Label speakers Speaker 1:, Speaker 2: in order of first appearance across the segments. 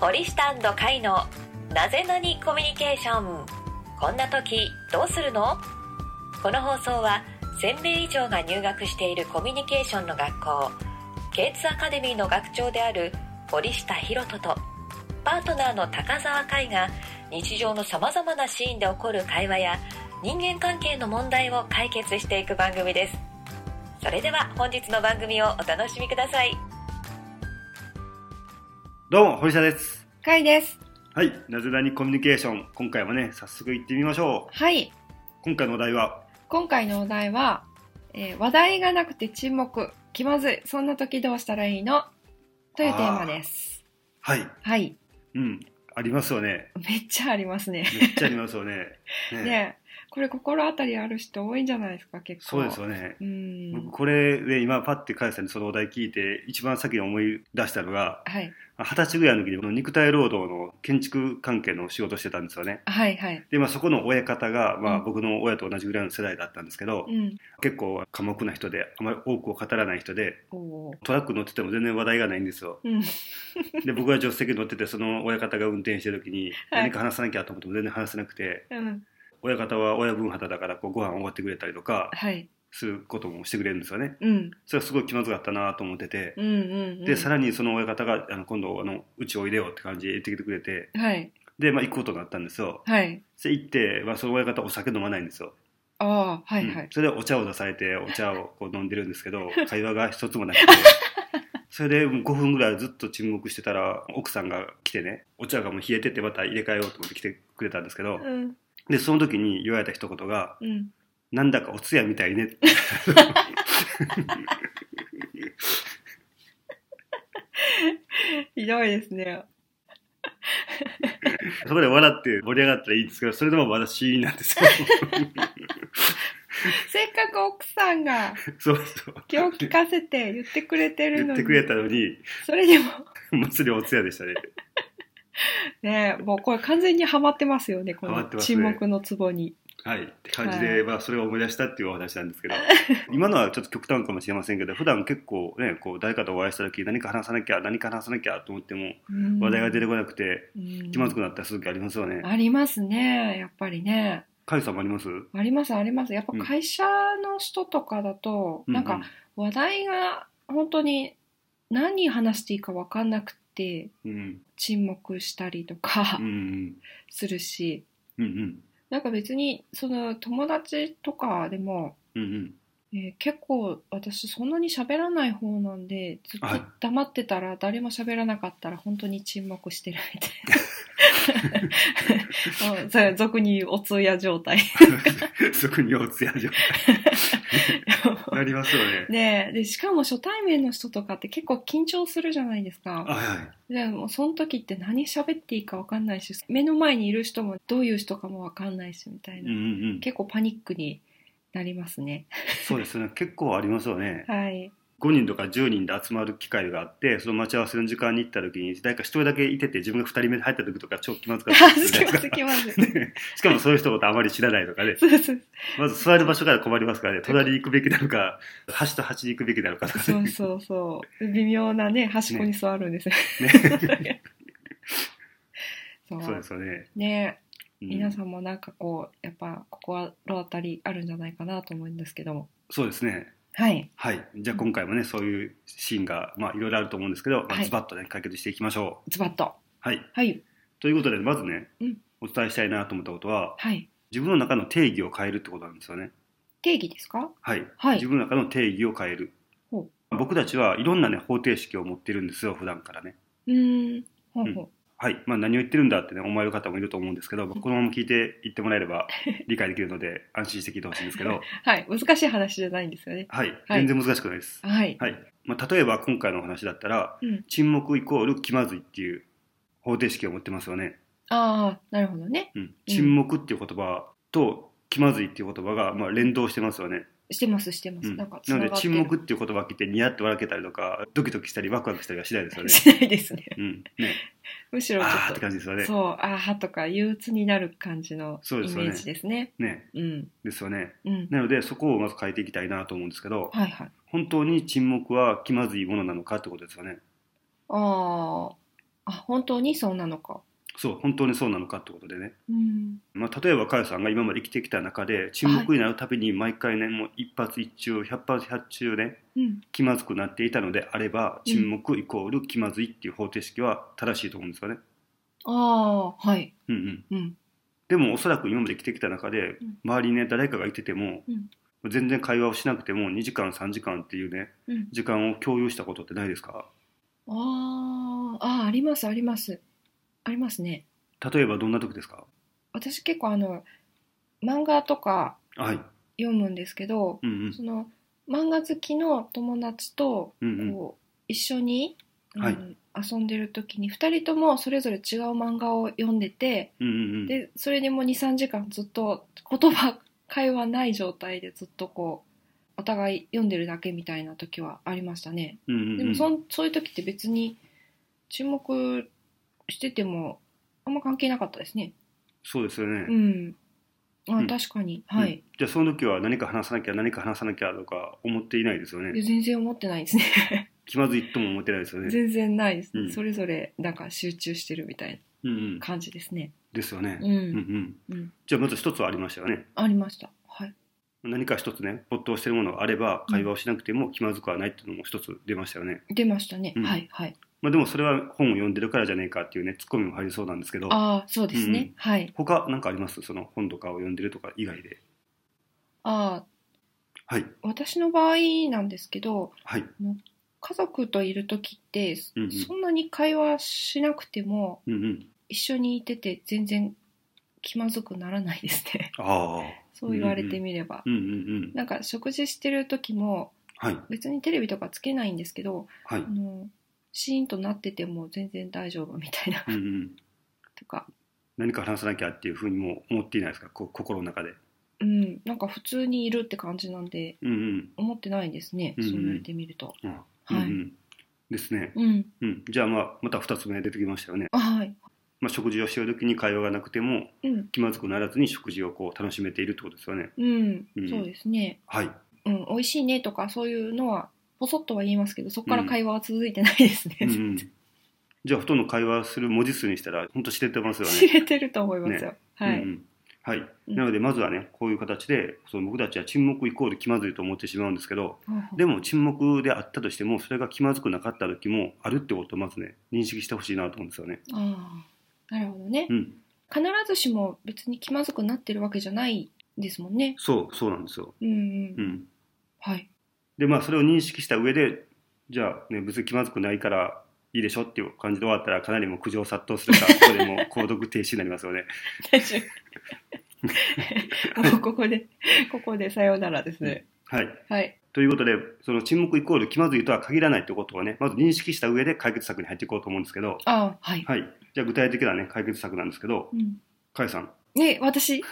Speaker 1: 堀下海のなぜなにコミュニケーションこんな時どうするのこの放送は1000名以上が入学しているコミュニケーションの学校 K2 アカデミーの学長である堀下博人とパートナーの高澤海が日常のさまざまなシーンで起こる会話や人間関係の問題を解決していく番組ですそれでは本日の番組をお楽しみください
Speaker 2: どうも、堀下です。
Speaker 3: かいです。
Speaker 2: はい、なぜだにコミュニケーション、今回もね、早速行ってみましょう。
Speaker 3: はい。
Speaker 2: 今回のお題は、
Speaker 3: 今回のお題は、えー話題がなくて沈黙、気まずい、そんな時どうしたらいいのというテーマです。
Speaker 2: はい、
Speaker 3: はい。
Speaker 2: うん、ありますよね。
Speaker 3: めっちゃありますね。
Speaker 2: めっちゃあります よね。ね
Speaker 3: ねえこれ心当たりある人多いんじゃないですか、結構。
Speaker 2: そうですよね。
Speaker 3: う
Speaker 2: 僕、
Speaker 3: ん。
Speaker 2: これで今、パッて返したんで、そのお題聞いて、一番先に思い出したのが、
Speaker 3: はい。
Speaker 2: 二十歳ぐらいの時に、この肉体労働の建築関係の仕事をしてたんですよね。
Speaker 3: はい、はい。
Speaker 2: で、まあ、そこの親方が、まあ、
Speaker 3: うん
Speaker 2: 僕の親と同じぐらいの世代だったんですけど、
Speaker 3: うん。
Speaker 2: 結構、寡黙な人で、あまり多くを語らない人で、
Speaker 3: おー
Speaker 2: トラック乗ってても全然話題がないんですよ。
Speaker 3: うん。
Speaker 2: で僕が助手席に乗っててその親方が運転してる時に
Speaker 3: はい
Speaker 2: 何か話さなきゃと思っても全然話せなくて、
Speaker 3: うん。
Speaker 2: 親方は親分旗だからこうご飯おごってくれたりとか
Speaker 3: はい。
Speaker 2: することもしてくれるんですよね
Speaker 3: うん。
Speaker 2: それはすごい気まずかったなと思ってて
Speaker 3: う、ん。うん。
Speaker 2: でさ
Speaker 3: ら
Speaker 2: らにその親方があの今度あのうちおいでよって感じで言ってきてくれて
Speaker 3: はい。
Speaker 2: で、まあ、行くことになったんですよ
Speaker 3: はい。
Speaker 2: で行って、まあ、その親方お酒飲まないんですよ、
Speaker 3: ああ、はい、は
Speaker 2: うん
Speaker 3: い。
Speaker 2: それでお茶を出されてお茶をこう飲んでるんです けど会話が一つもなくてそれでもう5分ぐらいずっと沈黙してたら奥さんが来てねお茶がもう冷えててまた入れ替えようと思って来てくれたんですけど
Speaker 3: うん。
Speaker 2: でその時に言われた一言が
Speaker 3: うん。
Speaker 2: 「なんだかお通夜みたいね」
Speaker 3: ひどいですね。
Speaker 2: そこで笑って盛り上がったらいいんですけどそれでもまだ死因なんです よ
Speaker 3: せっかく奥さんが
Speaker 2: そうそう
Speaker 3: 気を利かせて言ってくれてる
Speaker 2: 言
Speaker 3: の
Speaker 2: っ
Speaker 3: に
Speaker 2: てく。れたのに
Speaker 3: それでも。
Speaker 2: もうすでお通夜でしたね
Speaker 3: ねえ、もうこれ完全にはまってますよね、こ
Speaker 2: ハ
Speaker 3: の
Speaker 2: マってますね
Speaker 3: 沈黙の壺に。
Speaker 2: はいって感じで、
Speaker 3: はい
Speaker 2: まあそれを思い出したっていうお話なん ですけど今のはちょっと極端かもしれませんけど普段結構ねこう誰かとお会いした時何か話さなきゃ何か話さなきゃと思っても話題が出てこなくて
Speaker 3: うん
Speaker 2: 気まずくなったりする時ありますよね。
Speaker 3: ありますね、やっぱりね。
Speaker 2: カイさんもあります
Speaker 3: あります、あります。やっぱ
Speaker 2: うん
Speaker 3: 会社の人とかだと、なんか、話題が本当に何話していいか分かんなくて
Speaker 2: うん
Speaker 3: 沈黙したりとか
Speaker 2: うんうん
Speaker 3: するし、
Speaker 2: うんうん
Speaker 3: なんか別にその友達とかでも、
Speaker 2: うんうん
Speaker 3: えー結構私そんなに喋らない方なんでずっと
Speaker 2: はい
Speaker 3: 黙ってたら誰も喋らなかったら本当に沈黙してるみたい な うんそれ俗に言うお通夜状態
Speaker 2: そこにお通夜じゃなりますよね。
Speaker 3: ででしかも初対面の人とかって結構緊張するじゃないです
Speaker 2: は
Speaker 3: か
Speaker 2: いはい
Speaker 3: でもうその時って何喋っていいか分かんないし目の前にいる人もどういう人かも分かんないしみたい
Speaker 2: うんう
Speaker 3: な、
Speaker 2: んうん
Speaker 3: 結構パニックになりますね
Speaker 2: そうですね結構ありますよね。
Speaker 3: はい
Speaker 2: 5人とか10人で集まる機会があってその待ち合わせの時間に行った時に誰か1人だけいてて自分が2人目で入った時とか超気まずか
Speaker 3: あ
Speaker 2: っ
Speaker 3: す
Speaker 2: た
Speaker 3: ま
Speaker 2: りするじゃ
Speaker 3: せ
Speaker 2: なんい
Speaker 3: す
Speaker 2: ですか
Speaker 3: いません
Speaker 2: しかもそういう人のことあまり知らないとかね
Speaker 3: そうそう
Speaker 2: まず座る場所から困ります からね隣に行くべきなのか端と端に行くべきなのかとか
Speaker 3: そ
Speaker 2: ね
Speaker 3: うそうそう。微妙なね、端っこに座るんですよ。そう
Speaker 2: そうですよね、
Speaker 3: ね、
Speaker 2: うん
Speaker 3: 皆さんもなんかこう、やっぱ心当たりあるんじゃないかなと思うんですけども。
Speaker 2: そうですね
Speaker 3: はい。
Speaker 2: はいじゃあ今回もねそういうシーンがまあいろいろあると思うんですけど、ま
Speaker 3: は
Speaker 2: あ、
Speaker 3: い
Speaker 2: ズバッとね解決していきましょう
Speaker 3: ズバッと。
Speaker 2: はい
Speaker 3: はい。
Speaker 2: ということでまずね、
Speaker 3: うん
Speaker 2: お伝えしたいなと思ったことは
Speaker 3: はい。
Speaker 2: 自分の中の定義を変えるってことなんですよね
Speaker 3: 定義ですか
Speaker 2: はい、
Speaker 3: はい
Speaker 2: 自分の中の定義を変える
Speaker 3: ほ
Speaker 2: 僕たちはいろんなね方程式を持ってるんですよ普段からね
Speaker 3: うーん。ほうほう。
Speaker 2: はい、まあ、何を言ってるんだってね思われる方もいると思うんです けど、まあこのまま聞いていってもらえれば理解できるので安心して聞いてほしいんですけど、
Speaker 3: はい。難しい話じゃないんですよね。
Speaker 2: はい、
Speaker 3: は
Speaker 2: 全
Speaker 3: い
Speaker 2: 然難しくないです、
Speaker 3: はい。
Speaker 2: はいまあ、例えば今回のお話だったら、
Speaker 3: うん
Speaker 2: 沈黙イコール気まずいっていう方程式を持ってますよね、
Speaker 3: ああ、なるほどね。
Speaker 2: うん、沈黙っていう言葉と気まずいっていう言葉がまあ連動してますよね、
Speaker 3: してます、してま
Speaker 2: う
Speaker 3: す。
Speaker 2: ん、な
Speaker 3: な
Speaker 2: ん
Speaker 3: か
Speaker 2: ので沈
Speaker 3: る
Speaker 2: 黙っていう言葉を聞いてニヤって笑けたりとかドキドキしたりワクワクしたりはしないですよ ね
Speaker 3: しないで すね。
Speaker 2: うんね、
Speaker 3: むしろち
Speaker 2: あーっ
Speaker 3: ょってと。
Speaker 2: 感じですよね
Speaker 3: そう、あーとか憂鬱になる感じのイ
Speaker 2: そう
Speaker 3: メ
Speaker 2: ですよね
Speaker 3: ージですね。
Speaker 2: ね
Speaker 3: うん。
Speaker 2: ですよね
Speaker 3: うん。
Speaker 2: なのでそこをまず変えていきたいなと思うんですけど
Speaker 3: はいはい。
Speaker 2: 本当に沈黙は気まずいものなのかってことですよね
Speaker 3: ああ、あ、本当にそうなのか。
Speaker 2: そう本当にそうなのかってことでね、
Speaker 3: うん。
Speaker 2: まあ、例えば佳代さんが今まで生きてきた中で沈黙になるたびに毎回ね、もう一発一中百発百中ね
Speaker 3: うん。
Speaker 2: 気まずくなっていたのであれば沈黙イコール気まずいっていう方程式は正しいと思うんですよね。
Speaker 3: ああ、はい。
Speaker 2: うんうん、
Speaker 3: うん。
Speaker 2: でもおそらく今まで生きてきた中で
Speaker 3: うん
Speaker 2: 周りにね誰かがいてても、
Speaker 3: うん
Speaker 2: 全然会話をしなくても2時間3時間っていうね
Speaker 3: うん。
Speaker 2: 時間を共有したことってないですか
Speaker 3: あーあー、あります、あります。ありますね。
Speaker 2: 例えばどんな時ですか
Speaker 3: 私結構あの、漫画とか
Speaker 2: はい。
Speaker 3: 読むんですけど、
Speaker 2: うんうん
Speaker 3: その、漫画好きの友達と、
Speaker 2: うんうん。
Speaker 3: こう、一緒に、うん
Speaker 2: はい
Speaker 3: 遊んでる時に、二人ともそれぞれ違う漫画を読んでて、
Speaker 2: うんうんうん。
Speaker 3: で、それでもう2、3時間ずっと言葉、会話ない状態でずっとこう、お互い読んでるだけみたいな時はありましたね。
Speaker 2: うんうんうん
Speaker 3: でもそんそういう時って別に注目しててもあんま関係なかったですね。
Speaker 2: そうですよね。
Speaker 3: うん。あ、
Speaker 2: うん
Speaker 3: 確かに。は
Speaker 2: うん
Speaker 3: い。
Speaker 2: じゃあその時は何か話さなきゃ何か話さなきゃとか思っていないですよ
Speaker 3: いや
Speaker 2: ね。
Speaker 3: 全然思ってないですね。
Speaker 2: 気まずいとも思ってないですよね。
Speaker 3: 全然ないです、ね
Speaker 2: うん
Speaker 3: それぞれなんか集中してるみたい
Speaker 2: うんうん
Speaker 3: な。感じですね。
Speaker 2: ですよね。
Speaker 3: うん。
Speaker 2: うんうん
Speaker 3: うん
Speaker 2: じゃあまず一つはありましたよね。
Speaker 3: ありました。はい。
Speaker 2: 何か一つね没頭してるものがあれば会話をしなくても気まずくはないっていうのも一つ出ましたよね。
Speaker 3: 出ましたね。
Speaker 2: うん
Speaker 3: はいはい。
Speaker 2: まあでもそれは本を読んでるからじゃねえかっていうねツッコミも入りそうなんですけど。
Speaker 3: ああ、そうですね。
Speaker 2: うん
Speaker 3: はい。
Speaker 2: 他何かありますその本とかを読んでるとか以外で。
Speaker 3: ああ、
Speaker 2: はい。
Speaker 3: 私の場合なんですけど、
Speaker 2: はい。
Speaker 3: 家族といる時って、
Speaker 2: うんうん
Speaker 3: そんなに会話しなくても、
Speaker 2: うんうん。
Speaker 3: 一緒にいてて全然気まずくならないですね
Speaker 2: ああ。
Speaker 3: そう言われてみれば、
Speaker 2: うんうんうん。
Speaker 3: なんか食事してる時も
Speaker 2: はい。
Speaker 3: 別にテレビとかつけないんですけど
Speaker 2: はい
Speaker 3: あ。のシーンとなってても全然大丈夫みたいな
Speaker 2: うんうん。
Speaker 3: とか
Speaker 2: 何か話さなきゃっていうふうにも思っていないですかこう心の中で。
Speaker 3: うんなんか普通にいるって感じなんで
Speaker 2: うんうん。
Speaker 3: 思ってないんですね、
Speaker 2: うんうん
Speaker 3: そう言われてみると
Speaker 2: うん
Speaker 3: は
Speaker 2: うん
Speaker 3: い
Speaker 2: うんですね、
Speaker 3: うん
Speaker 2: うん、じゃあ、まあ、また2つ目出てきましたよね、
Speaker 3: あはい
Speaker 2: まあ、食事をしている時に会話がなくても
Speaker 3: うん
Speaker 2: 気まずくならずに食事をこう楽しめているってことですよね
Speaker 3: うん、
Speaker 2: うん
Speaker 3: そうですね
Speaker 2: はい
Speaker 3: うん美味しいねとかそういうのはポソッとは言いますけどそこから会話は続いてないですね、
Speaker 2: うんうん、じゃあほとんど会話する文字数にしたら本当知れてますよ
Speaker 3: 知
Speaker 2: ね、
Speaker 3: れてると思いますよ、はい、
Speaker 2: うんうんはい、
Speaker 3: うん
Speaker 2: なのでまずはねこういう形でその僕たちは沈黙イコール気まずいと思ってしまうんですけど
Speaker 3: ほうほう
Speaker 2: でも沈黙であったとしてもそれが気まずくなかった時もあるってことをまずね認識してほしいなと思うんですよね。
Speaker 3: ああ、なるほどね
Speaker 2: う。ん、
Speaker 3: 必ずしも別に気まずくなってるわけじゃないですもんね。
Speaker 2: そうそうなんですよ。
Speaker 3: うんうん。
Speaker 2: うん、
Speaker 3: はい。
Speaker 2: でまあそれを認識した上でじゃあね別に気まずくないからいいでしょっていう感じで終わったらかなりもう苦情殺到するからここでもう購読停止になりますよね。
Speaker 3: 大丈夫。もうここで、ここでさようならですね。
Speaker 2: はい、
Speaker 3: はい。
Speaker 2: ということでその沈黙イコール気まずいとは限らないってことをねまず認識した上で解決策に入っていこうと思うんですけど、
Speaker 3: ああ、はい。
Speaker 2: はい、じゃあ具体的なね解決策なんですけど
Speaker 3: うん。
Speaker 2: かゆさん
Speaker 3: ね、私、聞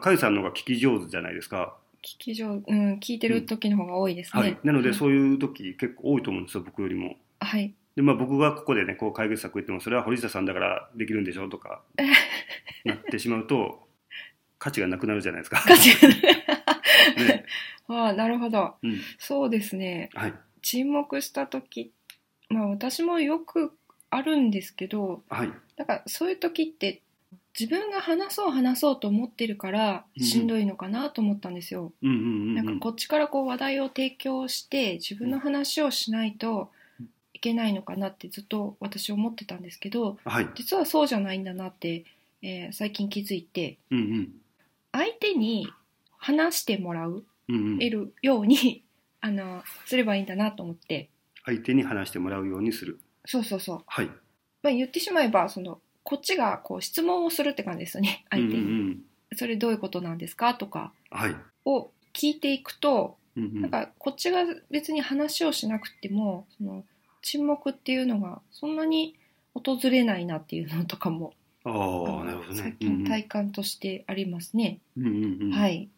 Speaker 2: かゆさんの方が聞き上手じゃないですか。
Speaker 3: き上、うん、聞いてる時の方が多いですね。
Speaker 2: はい、なので
Speaker 3: う。
Speaker 2: そういう時結構多いと思うんですよ僕よりも。
Speaker 3: はい。
Speaker 2: でまあ、僕がここでねこう解決策言ってもそれは堀下さんだからできるんでしょうと かなってしまうと価値がなくなるじゃないですか。
Speaker 3: かし
Speaker 2: ね
Speaker 3: ああ、なるほど。
Speaker 2: うん
Speaker 3: そうですね。
Speaker 2: はい
Speaker 3: 沈黙した時、まあ私もよくあるんですけど、
Speaker 2: はい
Speaker 3: だからそういう時って自分が話そう話そうと思ってるから
Speaker 2: うん
Speaker 3: しんどいのかなと思ったんですよ。
Speaker 2: うんうんうんう
Speaker 3: なんんかこっちからこう話題を提供して自分の話をしないといけないのかなってずっと私思ってたんですけど
Speaker 2: はい
Speaker 3: 実はそうじゃないんだなって、えー最近気づいて
Speaker 2: うんうん
Speaker 3: 相手に話してもらう
Speaker 2: うんう
Speaker 3: え
Speaker 2: ん
Speaker 3: るようにあのすればいいんだなと思って
Speaker 2: 相手に話してもらうようにする
Speaker 3: そうそうそう、
Speaker 2: はい
Speaker 3: まあ、言ってしまえばそのこっちがこう質問をするって感じですよね相手に。
Speaker 2: うんうんうん
Speaker 3: それどういうことなんですかとか
Speaker 2: はい
Speaker 3: を聞いていくと、
Speaker 2: うんう
Speaker 3: なん
Speaker 2: ん
Speaker 3: かこっちが別に話をしなくてもその沈黙っていうのがそんなに訪れないなっていうのとかも
Speaker 2: あ
Speaker 3: あの
Speaker 2: あなるほど
Speaker 3: 最
Speaker 2: ね
Speaker 3: 近体感としてありますね。
Speaker 2: うんうんうんうん
Speaker 3: はい。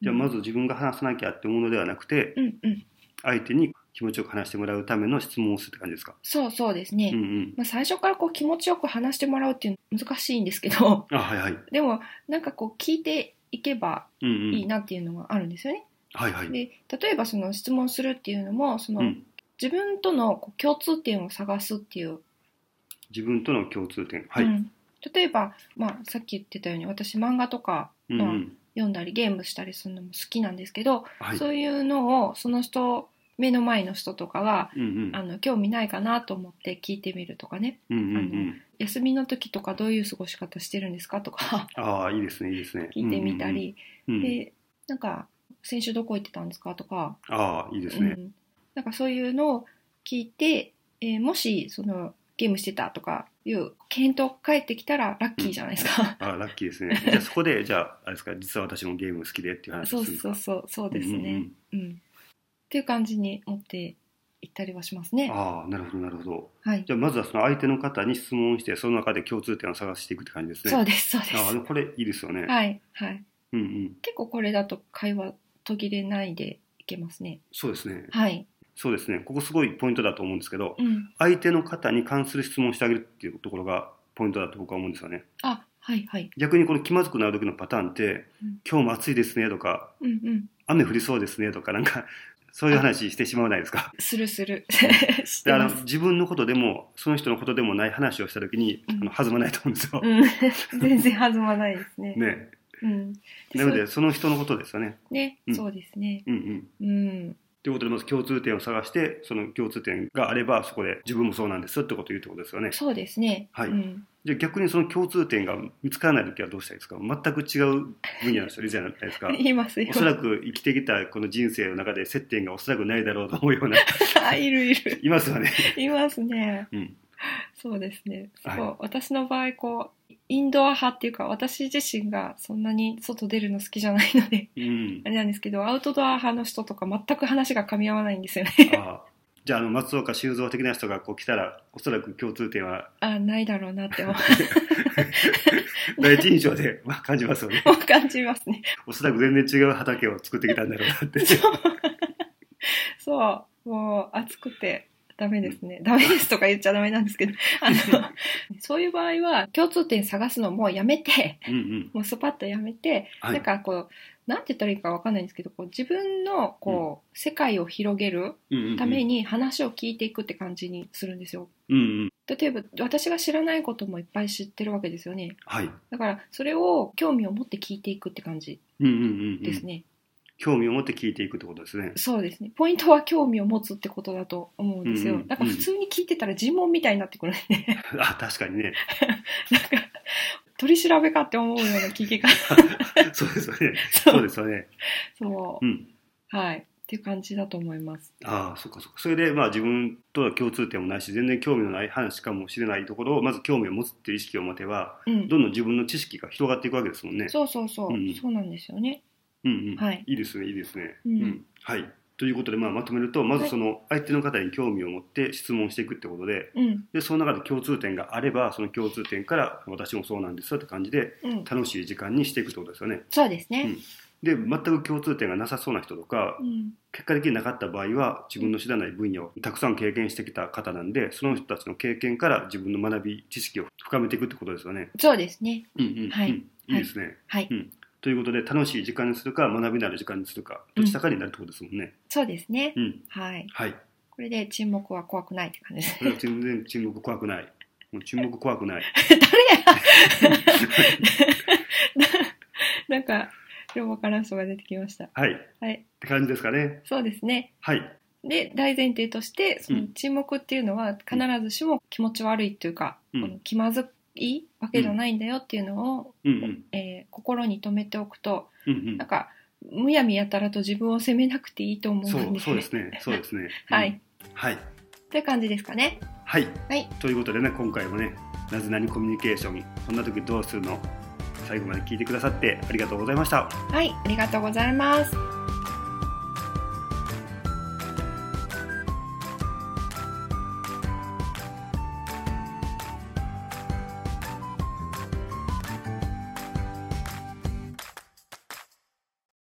Speaker 2: じゃあまず自分が話さなきゃって思うのではなくて
Speaker 3: うんうん。
Speaker 2: 相手に気持ちよく話してもらうための質問をするって感じですか
Speaker 3: そうそうです
Speaker 2: うんう
Speaker 3: ね。
Speaker 2: ん
Speaker 3: まあ、最初からこう気持ちよく話してもらうっていうの難しいんですけど、
Speaker 2: あはいはい
Speaker 3: でもなんかこう聞いていけば
Speaker 2: うんうん
Speaker 3: いいなっていうのがあるんですよね。
Speaker 2: はいはい
Speaker 3: で、例えばその質問するっていうのも、その、
Speaker 2: うん
Speaker 3: 自分とのこう共通点を探すっていう
Speaker 2: 自分との共通点。はい。
Speaker 3: う
Speaker 2: うん
Speaker 3: ん例えば、まあ、さっき言ってたように私漫画とか
Speaker 2: うん。
Speaker 3: 読んだりゲームしたりするのも好きなんですけど、
Speaker 2: はい。
Speaker 3: そういうのをその人目の前の人とかは
Speaker 2: うんうん。
Speaker 3: あの興味ないかなと思って聞いてみるとかね
Speaker 2: うんうんうん。
Speaker 3: 休みの時とかどういう過ごし方してるんですかとか
Speaker 2: ああ、いいですね、いいですね。
Speaker 3: 聞いてみたり、
Speaker 2: うんうんうん。うん
Speaker 3: でなんか先週どこ行ってたんですかとか、
Speaker 2: ああ、いいです
Speaker 3: う
Speaker 2: ね。
Speaker 3: ん、なんかそういうのを聞いて、えーもしそのゲームしてたとかいう検討返ってきたらラッキーじゃないですか。
Speaker 2: ああ、ラッキーですね。じゃあそこで、じゃあ、あれですか、実は私もゲーム好きでっていう話
Speaker 3: そ
Speaker 2: を
Speaker 3: う
Speaker 2: するんですか
Speaker 3: そうそうそうですね。
Speaker 2: うんうん
Speaker 3: うん、っていう感じに持っていったりはします
Speaker 2: うん
Speaker 3: ね。
Speaker 2: ああ、なるほど、なるほど。
Speaker 3: はい。
Speaker 2: じゃあ、まずはその相手の方に質問して、その中で共通点を探していくって感じですね。
Speaker 3: そう
Speaker 2: で
Speaker 3: ですそうです。
Speaker 2: ああ、でもこれいいですよね。
Speaker 3: はいはい。
Speaker 2: うんうん。
Speaker 3: 結構これだと会話途切れないでいけますね。
Speaker 2: そうですね。
Speaker 3: はい。
Speaker 2: そうですね。ここすごいポイントだと思うんですけど、
Speaker 3: うん。
Speaker 2: 相手の方に関する質問をしてあげるっていうところがポイントだと僕は思うんですよね。
Speaker 3: あはいはい。
Speaker 2: 逆にこの気まずくなる時のパターンって、
Speaker 3: うん
Speaker 2: 今日も暑いですねとか、
Speaker 3: うんうん。
Speaker 2: 雨降りそうですねとか、なんか、 そういう話してしまわないですか。
Speaker 3: するする。 して
Speaker 2: であ
Speaker 3: ま
Speaker 2: の
Speaker 3: す。
Speaker 2: 自分のことでも、その人のことでもない話をした時に、
Speaker 3: うん
Speaker 2: あの弾まないと思うんですよ。
Speaker 3: うん。 全然弾まないですね。
Speaker 2: ね。
Speaker 3: うん。
Speaker 2: なので、その人のことですよね。
Speaker 3: ね、
Speaker 2: うん
Speaker 3: そうですね。
Speaker 2: うんうん。
Speaker 3: うん。
Speaker 2: ということで、まず共通点を探して、その共通点があれば、そこで自分もそうなんですよってことを言うってことですよね。
Speaker 3: そうですね。
Speaker 2: はい
Speaker 3: うん、
Speaker 2: じゃあ逆にその共通点が見つからないときはどうしたらいいですか全く違う分野の人いるじゃないです か。
Speaker 3: 言いますよ
Speaker 2: お。そらく生きてきたこの人生の中で接点がおそらくないだろうと思うよ うな、
Speaker 3: あいるいる。
Speaker 2: いますよね。
Speaker 3: いますね。
Speaker 2: うん。
Speaker 3: そうですね。そう、
Speaker 2: は
Speaker 3: 私の場合、こう、インドア派っていうか、私自身がそんなに外出るの好きじゃないので、
Speaker 2: うん
Speaker 3: あ。れなんですけど、アウトドア派の人とか全く話が噛み合わない んですよね。
Speaker 2: ああじゃあ、あの、松岡修造的な人がこう来たら、おそらく共通点は
Speaker 3: あ、ないだろうなっても
Speaker 2: 第一印象 でまあ感じますよね。
Speaker 3: もう感じますね。
Speaker 2: おそらく全然違う畑を作ってきたんだろうなって。
Speaker 3: そう、もう暑くてダメですね。ダメですとか言っちゃダメなんですけど、あ の、そういう場合は共通点探すのもうやめて、
Speaker 2: うんうん。
Speaker 3: もうスパッとやめて、
Speaker 2: はい
Speaker 3: なんかこう、なんて言ったらいいかわかんないんですけど、こう自分のこう、世界を広げる
Speaker 2: うんうんうん
Speaker 3: ために話を聞いていくって感じにするんですよ。
Speaker 2: うんうん。
Speaker 3: 例えば、私が知らないこともいっぱい知ってるわけですよね。
Speaker 2: はい。
Speaker 3: だから、それを興味を持って聞いていくって感じ
Speaker 2: うんうんうんう
Speaker 3: です
Speaker 2: ん。
Speaker 3: ね。
Speaker 2: 興味を持って聞いていくってことですね。
Speaker 3: そうですね。ポイントは興味を持つってことだと思うんですよ。
Speaker 2: うんうん
Speaker 3: だから普通に聞いてたら尋問みたいになってくるんで、
Speaker 2: あ、確かに ね。
Speaker 3: なんか、取り調べかって思うような聞き方。
Speaker 2: そうですよね。
Speaker 3: そう
Speaker 2: そうですよね。
Speaker 3: そう
Speaker 2: う。ん。
Speaker 3: はい。っていう感じだと思います。
Speaker 2: ああ、そっかそっか。それで、まあ自分との共通点もないし、全然興味のない話かもしれないところを、まず興味を持つっていう意識を持てば、
Speaker 3: うん。
Speaker 2: どんどん自分の知識が広がっていくわけですもんね。
Speaker 3: そうそうそう。
Speaker 2: うん
Speaker 3: そうなんですよね。
Speaker 2: うんうん。
Speaker 3: はい
Speaker 2: いいですね、いいですね。
Speaker 3: うん
Speaker 2: はい。ということで、まあまとめると、まず
Speaker 3: はい
Speaker 2: その相手の方に興味を持って質問していくってことで、
Speaker 3: うん。
Speaker 2: で、その中で共通点があれば、その共通点から私もそうなんですよって感じで、
Speaker 3: うん。
Speaker 2: 楽しい時間にしていくってことですよね。
Speaker 3: そうですね。
Speaker 2: で、全く共通点がなさそうな人とか
Speaker 3: う、ん。
Speaker 2: 結果的になかった場合は自分の知らない分野をたくさん経験してきた方なんでその人たちの経験から自分の学び知識を深めていくってことですよね。
Speaker 3: そうですね。
Speaker 2: うんうんうん
Speaker 3: はい
Speaker 2: いいですね、
Speaker 3: はい。
Speaker 2: うん。ということで楽しい時間にするか学びのある時間にするかどちらかになるってことですもんね。
Speaker 3: そうですね。
Speaker 2: うん、
Speaker 3: はい。
Speaker 2: はい。
Speaker 3: これで沈黙は怖くないって感じです
Speaker 2: これ
Speaker 3: ね
Speaker 2: は。全然沈黙怖くない。もう沈黙怖く ない。
Speaker 3: なんか、よくわからん人が出てきました。
Speaker 2: はい。っ
Speaker 3: はい。
Speaker 2: て感じですかね。
Speaker 3: そうですね。
Speaker 2: はい。
Speaker 3: で大前提としてそうの
Speaker 2: ん
Speaker 3: 沈黙っていうのは必ずしも気持ち悪いというか、
Speaker 2: うん
Speaker 3: この気まずいわけじゃないんだよっていうのを、
Speaker 2: うんうん
Speaker 3: えー心に留めておくと
Speaker 2: うん
Speaker 3: なんかむやみやたらと自分を責めなくていいと思
Speaker 2: うん。
Speaker 3: うん
Speaker 2: そうそう
Speaker 3: で
Speaker 2: ですね。そうですね。
Speaker 3: は
Speaker 2: うん
Speaker 3: い、。
Speaker 2: はい。
Speaker 3: という感じですかね。
Speaker 2: はい、
Speaker 3: はい
Speaker 2: ということでね今回もね「なぜなにコミュニケーションこんな時どうするの?」最後まで聞いてくださってありがとうございました。
Speaker 3: はい、ありがとうございます。